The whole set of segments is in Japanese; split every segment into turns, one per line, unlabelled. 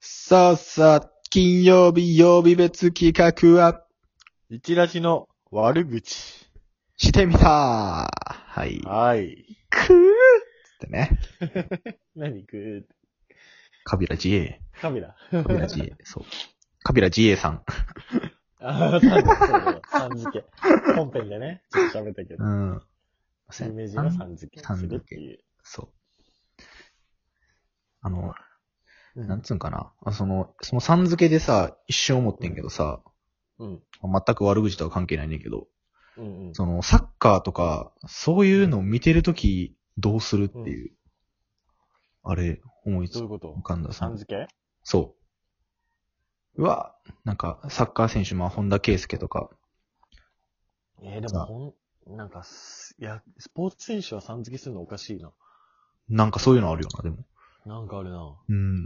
さあさあ、金曜日曜日別企画は、
一ラジの悪口。
してみたはい。
はい。
くーってね。
何グ
カビラ GA。
ー。カメラ。
カビラ GA。そう。カビラ GA さん。
ああ、さん付け。さん付け。本編でね、ちょっと喋ったけど
う、ん。すい
有
ま
名
せ
人は
ん
さん付けするっていう。
そう。あの、
う
なん
ん。
つうんかな。あその、そのさん付けでさ、一瞬思ってんけどさ、
うん。
全く悪口とは関係ないねんだけど、
うんうん。
その、サッカーとか、そういうのを見てるとき、どうするっていう。あれ、思いつ
どういうこと
浮かんだ
さ
さ
ん付け
そう。うわ、なんか、サッカー選手、まあ、本田圭佑とか、
えー、で
さあ
もほん、なんかす、いや、スポーツ選手はさん付けするのおかしいな。
なんかそういうのあるよな、でも。
なんかあるな。
うん。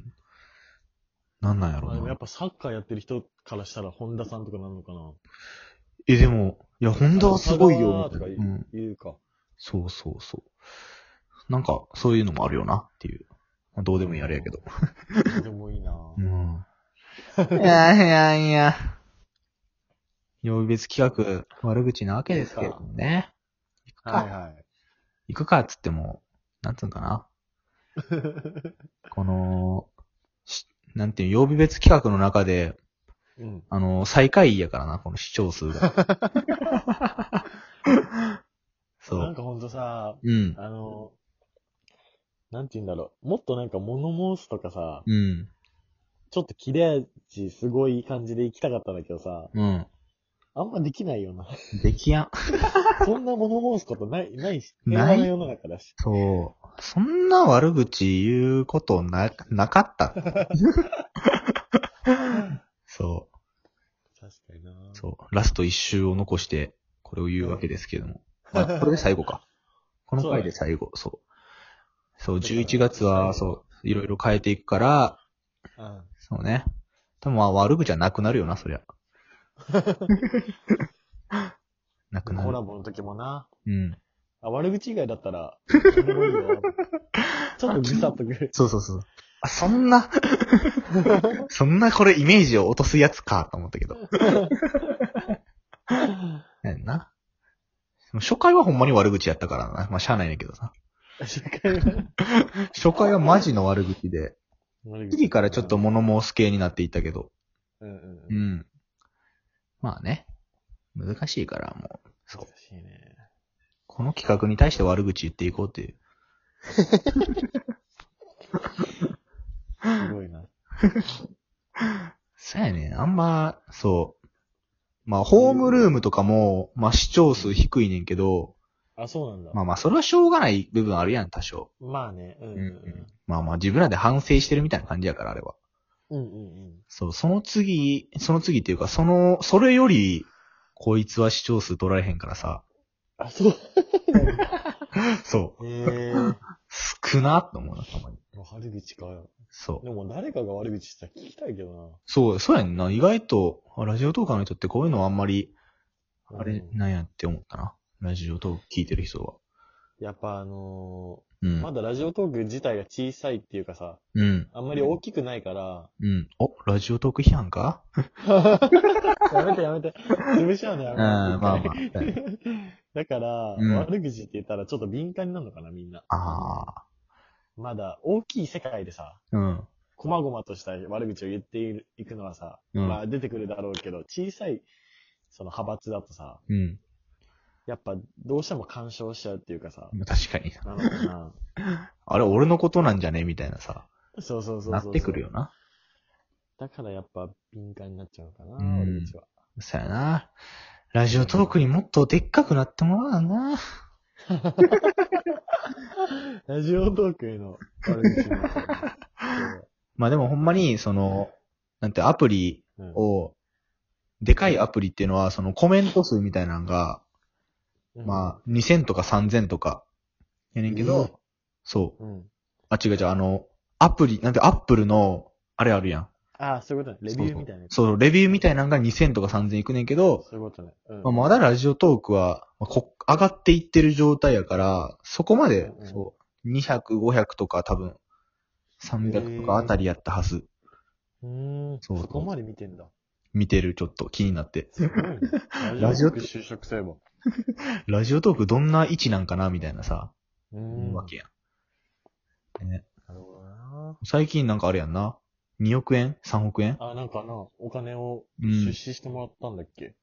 なんなんや
ま
ろ
あで
う
もや
な
っ。ぱサッカーやってる人からしたら、本田さんとかなるのかな。
え、でも、いや、本田はすごいよ、
と
みた
か
い
言
な。うん
う。言 うか。
そうそうそう。なんか、そういうのもあるよな、っていう。まあどうでもいいあれやけど。
でもいいな。
うん。いやいやいや。曜日別企画、悪口なわけですけれどもね。行くか。
はいはい。
行くかっつっても、なんつうんかな。 この、しなんていう、曜日別企画の中で、
うん。
あの、最下位やからな、この視聴数が。 そ
なん
う。
かほんとさ、
うん。
あの、なんて言うんだろう。もっとなんか物申すとかさ、
うん。
ちょっと切れ味すごい感じで行きたかったんだけどさ、
うん。
あんまできない よな。
できやん。
そんな物申すことない、ないし、平
ない
和な世の中だし。
そう。そんな悪口言うことな、なか った。そ
確かにな
う。そう。ラスト一周を残して、これを言うわけですけ ども。まあ、これで最後か。この回で最後、そう。そう、11月は、そう、いろいろ変えていくから、
うん。
そうね。でもまあ悪口はなくなるよな、 そりゃ。なくな
コラ
る。
ボの時もな。
うん。
あ、悪口以外だった ら、おもろいよちょっとぐさっとくる。
そうそうそう。あ、そんな、 そんなこれイメージを落とすやつか、と思ったけど。なんやな。でも初回はほんまに悪口やったからな。まあ、しゃあないねんけどさ。初回はマジの悪口で。次からちょっと、物申す系になっていったけど。
うんうんう。
うんん。まあね。難しいから、もう。そう
難。しいね。
この企画に対して悪口言っていこうっていう。
すごいな。
そうやね。あんま、そう。まあ、ホームルームとかも、まあ、視聴数低いねんけど、
あ、そうなんだ。
ま
ま
あまあ、それはしょうがない部分あるやん、多少。
あね。うん
う
うんうん。
まあまあ、自分らで反省してるみたいな感じやから、あれは。
うんうんうん。
そう、その次、その次っていうか、その、それより、こいつは視聴数取られへんからさ、
あ、そう。
そ
へえ。も
う、少なっと思うな、たまに。
う 悪口か。
そう。
でも誰かが悪口したら聞きたいけど
そう、そうやんな。意外と、あラジオトーカーの人ってこういうのあんまり、
な。
あれ
うん
なんやって思ったな。ラジオトーク聞いてる人は。
やっぱあの
う
ー
ん。
まだラジオトーク自体が小さいっていうかさ、
うん。
あんまり大きくないから、
うん。お、ラジオトーク批判か
やめてやめて。潰しちゃうのや
うん、
めて。
まあまあ。だよね
だから、
うん
悪口って言ったらちょっと敏感になるのかな、みんな。
あ あ。
まだ大きい世界でさ、
うん。
こまごまとした悪口を言っているいくのはさ、
うん
まあ出てくるだろうけど、小さい、その派閥だとさ、
うん。
やっぱどうしても干渉しちゃうっていうかさ、
確かに。
なのかな。
あれ、俺のことなんじゃねみたいなさ、
そうそうそうそう。
なってくるよ。な。
だからやっぱ敏感になっちゃうかな、
うん
悪口は。
そうやな。ラジオトークにもっとでっかくなってもらうな。
ラジオトークへの悪口になっちゃうね
まあでもほんまに、その、なんてアプリ
そううん
を、でかいアプリっていうのは、そのコメント数みたいなのが、
うん
まあ、2000とか3000とか、やねんけ
うん
ど、そう。
うん。
あ、違う違う、あの、アプリ、なんてアップルの、あれあるやん。
ああ、そういうことね。レビューみたいなやつ。
そう、レビューみたいなのが2000とか3000いくねんけど、
そういうことね。うん
まあ、まだラジオトークは、まあ、こ上がっていってる状態やから、そこまで
うんう、ん
そう、200、500とか多分、300とかあたりやったはず。
うーん。
そうそう
そこまで見て んだ。
見てる、ちょっと気になって。
すごいね
ラジオ
トーク就職すれば。
ラジオトークどんな位置なんかなみたいなさ、
うー
思う
ん。な
わけ
る
やん。ね、
ほどな。
最近なんかあれやんな。2億円 ?3 億円
あ、なんかな、お金を
うん
出資してもらったんだっけ、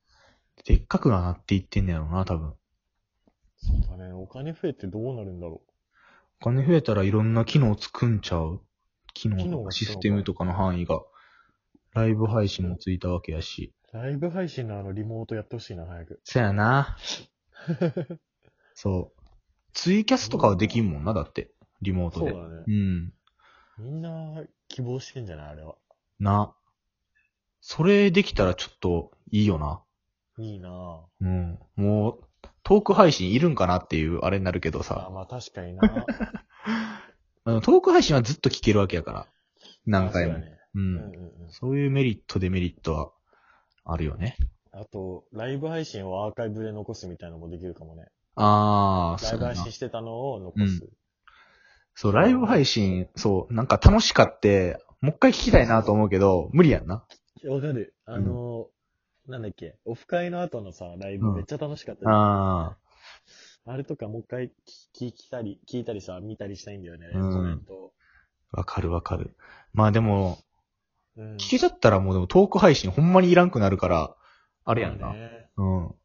でっかくはなっていってんねやろな、多分。
そうだね。お金増えてどうなるんだろ
お金増えたらいろんな機能つくんちゃう機能
機能
と
が
かシステムとかの範囲が。ライブ配信もついたわけやし。
う。ライブ配信のあのリモートやってほしいな、早く。
そや な。そう。ツイキャスとかはできんもんな、だって。リモート
そう
で。
だね
う。ん。
みんな希望してんじゃないあれは。
な。それできたらちょっといいよな。
いいなぁ。
うん。もう、トーク配信いるんかなっていうあれになるけど
あ
さ。
まあ確かにな
あのトーク配信はずっと聞けるわけやから。 何回も。
まあ
う
そうだねうんうん
ん。
うん。
そういうメリット、デメリットはあるよね。
あと、ライブ配信をアーカイブで残すみたいなのもできるかもね。
ああ、
ラ
そ
イ
う
ブ
や
配
な
信。してたのを残す。
そう、ライブ配信、そう、なんか楽しかって、もう一回聞きたいなと思うけど、無理やんな。
わ、かる。あの、なんだっけ、オフ会の後のさ、ライ
う
ブ
ん
めっちゃ楽しかったじゃん、
あ
あれとかもう一回聞聞いたり、聞いたりさ、見たりしたいんだよね。
うん
コメント。
あ、わかるわかる。まあでも、
うん。
聞けちゃったらもうでもトーク配信ほんまにいらんくなるから、あれやん
まあ
な。
ね
うん。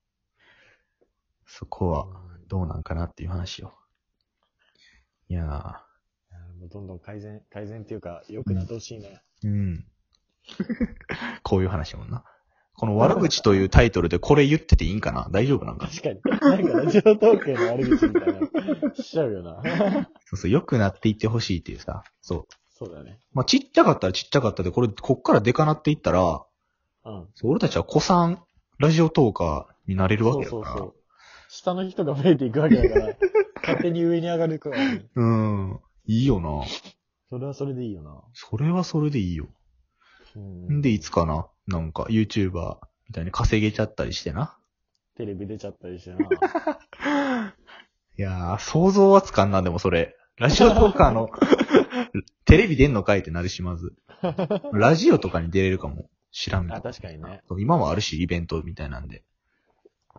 そこは、
うん
どうなんかなっていう話を。いやー。
いやもうどんどん改善、改善っていうか、良くなってほしいね。
うん。こういう話やもんな。この悪口というタイトルでこれ言ってていいんかな大丈夫なんか
確かに。なんかラジオトークへの悪口みたいな、しちゃうよな。
そうそう、良くなっていってほしいっていうさ。そう。
そうだね。
まあ、ちっちゃかったらちっちゃかったで、これ、こっからでかなっていったら、
うん。
そう俺たちは子さん、ラジオトーカーになれるわ
そ
け
う
やから。
そうそう。下の人が増えていくわけだ から、勝手に上に上がるくらいに。
うん。いいよな。
それはそれでいいよな。
それはそれでいいよ。
うん
んで、いつかななんか、YouTuber みたいに稼げちゃったりしてな。
テレビ出ちゃったりして な。
いやー、想像はつかんな、でもそれ。ラジオトーカー の、テレビ出んのかいってなるしまず。ラジオとかに出れるかも。知らんみた
あ、
いな。
確かにね。
そう今もあるし、イベントみたいなんで。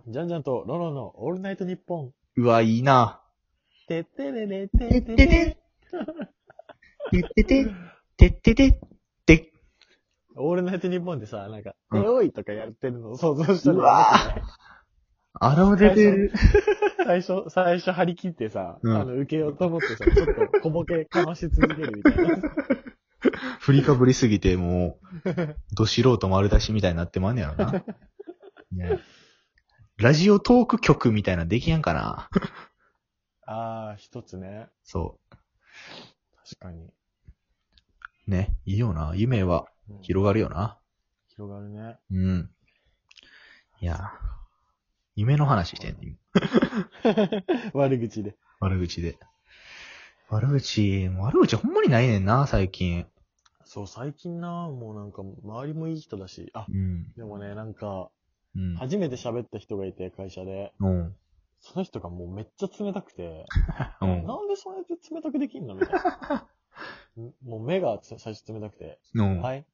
じゃんじゃんと、ロロのオールナイトニッポン。
うわ、いいな。
てってれれて
て
っ
ってて
れ。
て。てってて。てってて。て、
オールナイトニッポンでさ、なんか、
うん
おいとかやってるのを想像した
うわ
ら、
あのレベル。
最初、最初張り切ってさ、
うん
あの、受けようと思ってさ、ちょっと小ボケかまし続けるみたい な。
振りかぶりすぎて、もう、ど素人丸出しみたいになってまんねやろな。いやラジオトーク曲みたいなのできやんかな。
あー、一つね。
そ
確かに。
う。ね。いいよな。夢は
うん
広がるよな。
広がるね。
うん。いや、夢の話してんね
悪口で。
悪口で。悪口、悪口ほんまにないねんな、最近。
そう、最近な、もうなんか、周りもいい人だし、あ、
うん。
でもね、なんか、
うん。
初めて喋った人がいて、会社で。
うん。
その人がもうめっちゃ冷たくて、
う
なん
ん。
でそうやって冷たくできんのみたい な。んもう目がつ最初冷たくて。
うん。
はい。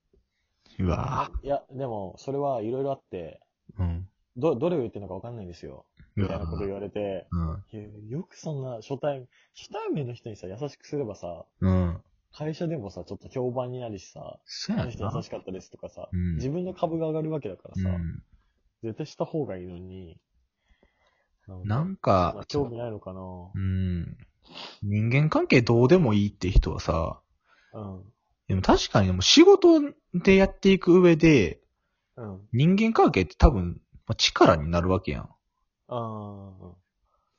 うわ
いや、でも、それはいろいろあって、
ぁ。うん。
ど、どれを言ってるのかわかんないんですよ。
う
みたい
わ
なこと言われて、
ぁ。
いやよくそんな初対、初対面の人にさ、優しくすればさ、
うん。うん。
会社でもさ、ちょっと評判になるしさ、
そ
あ
や
の
な。
人優しかったですとかさ、
うん
自分の株が上がるわけだから
う
さ、
ん。
絶対した方がいいのに、
な
か
ん
ま
か
あ、興味ないのか
うん。人間関係どうでもいいって人はさ、
なうん。
でも確かにでも仕事でやっていく上で、
うん。
人間関係って多分、まあ力になるわけやん。
ああ。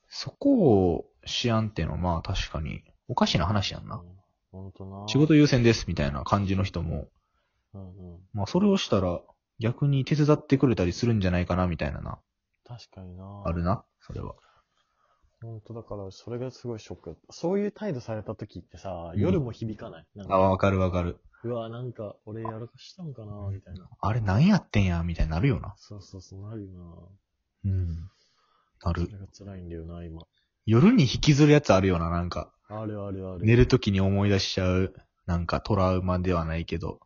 そこをしやんってのは、まあ確かに、おかしな話やんな。
本当な。
仕事優先ですみたいな感じの人も、
うんうん。
まあそれをしたら、逆に手伝ってくれたりするんじゃないかなみたいなな。
確かにな。
ある。な、それは。
本当だから、それがすごいショックだった。そういう態度された時ってさ、
うん
夜も響かない。なん
あ、
か、
わかるわかる。
うわ、なんか、俺やらかしたんかな、みたいな。
あれ何やってんや、みたいになるよな。
そうそうそう、なるよ
うん。な
な。そ
る。
れが辛いんだよな、今。
夜に引きずるやつあるよな、なんか。
あるあるある。
寝るときに思い出しちゃう、なんかトラウマではないけど、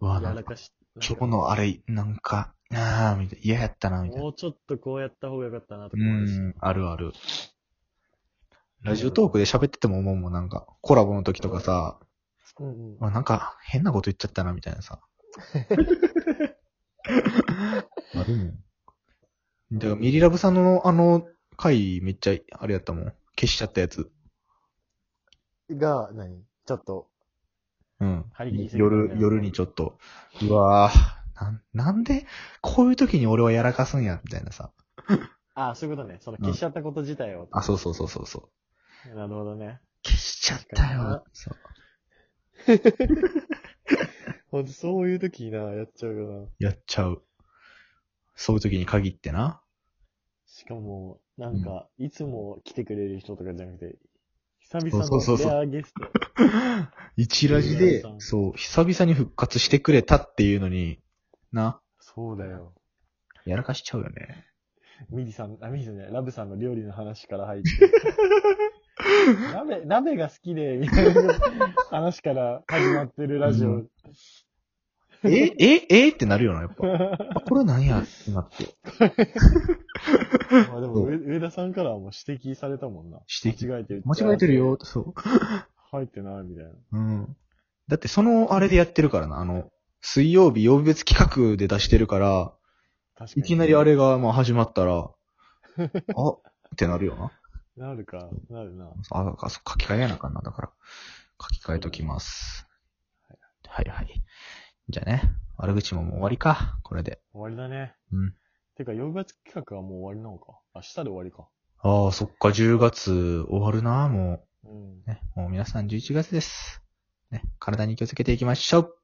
うわ、な
や
ん
ら
か、
かし、
今日のあれ、なんか、ああ、みたいな、嫌やったな、みたいな
も。うちょっとこうやった方がよかったなと
う
か思いました
ん、あるある。ラジオトークで喋ってても思うもん、なんか、コラボの時とかさ、
うんうん
あなんか、変なこと言っちゃったな、みたいなさ。あるもん。だから、ミリラブさんのあの回、めっちゃ、あれやったもん。消しちゃったやつ。
が、何ちょっと、
うん
張り切り。すぎたみたいな
夜、夜にちょっと、うわぁ、なん、なんで、こういう時に俺はやらかすんや、みたいなさ。
ああ、そういうことね。その消しちゃったこと自体を。
あ、そうそうそうそうそう。
なるほどね。
消しちゃったよ。そう
ほんと、そういう時な、やっちゃうよな。
やっちゃう。そういう時に限ってな。
しかも、なんか、いつも来てくれる人とかじゃなくて、久
そう
々
そう
の
そう
レ
そう
アゲスト。
一ラジ
う
で
ん、
そう、久々に復活してくれたっていうのに、な、
そうだよ。
やらかしちゃうよね。
ミリさん、あ、ミリさんじゃない、ラブさんの料理の話から入って。 鍋、鍋が好きで、みたいな話から始まってるラジ
う
オ。
え、え、えってなるよな、やっぱ。あこれなんやってなって。
まあでも、上上田さんからはもう指摘されたもんな。
指摘
間違えてる。
間違えてるよ、。そ
入ってないみたいな。
う。うん。だってそのあれでやってるからな、あの、水曜日曜日別企画で出してるから、
確か
い
に。
きなりあれがまあ始まったら、あ、ってなるよな。
なるか、なるな。
あ、あそう書き換えやなあかんな、だから。書き換えときます。はいはい。じゃあね、悪口ももう終わりか、これで。
終わりだね。
うん。
てか、4月企画はもう終わりなのか。明日で終わりか。
ああ、そっか、10月終わるな、も
うん。
う。ね、もう皆さん11月です。ね、体に気をつけていきましょう。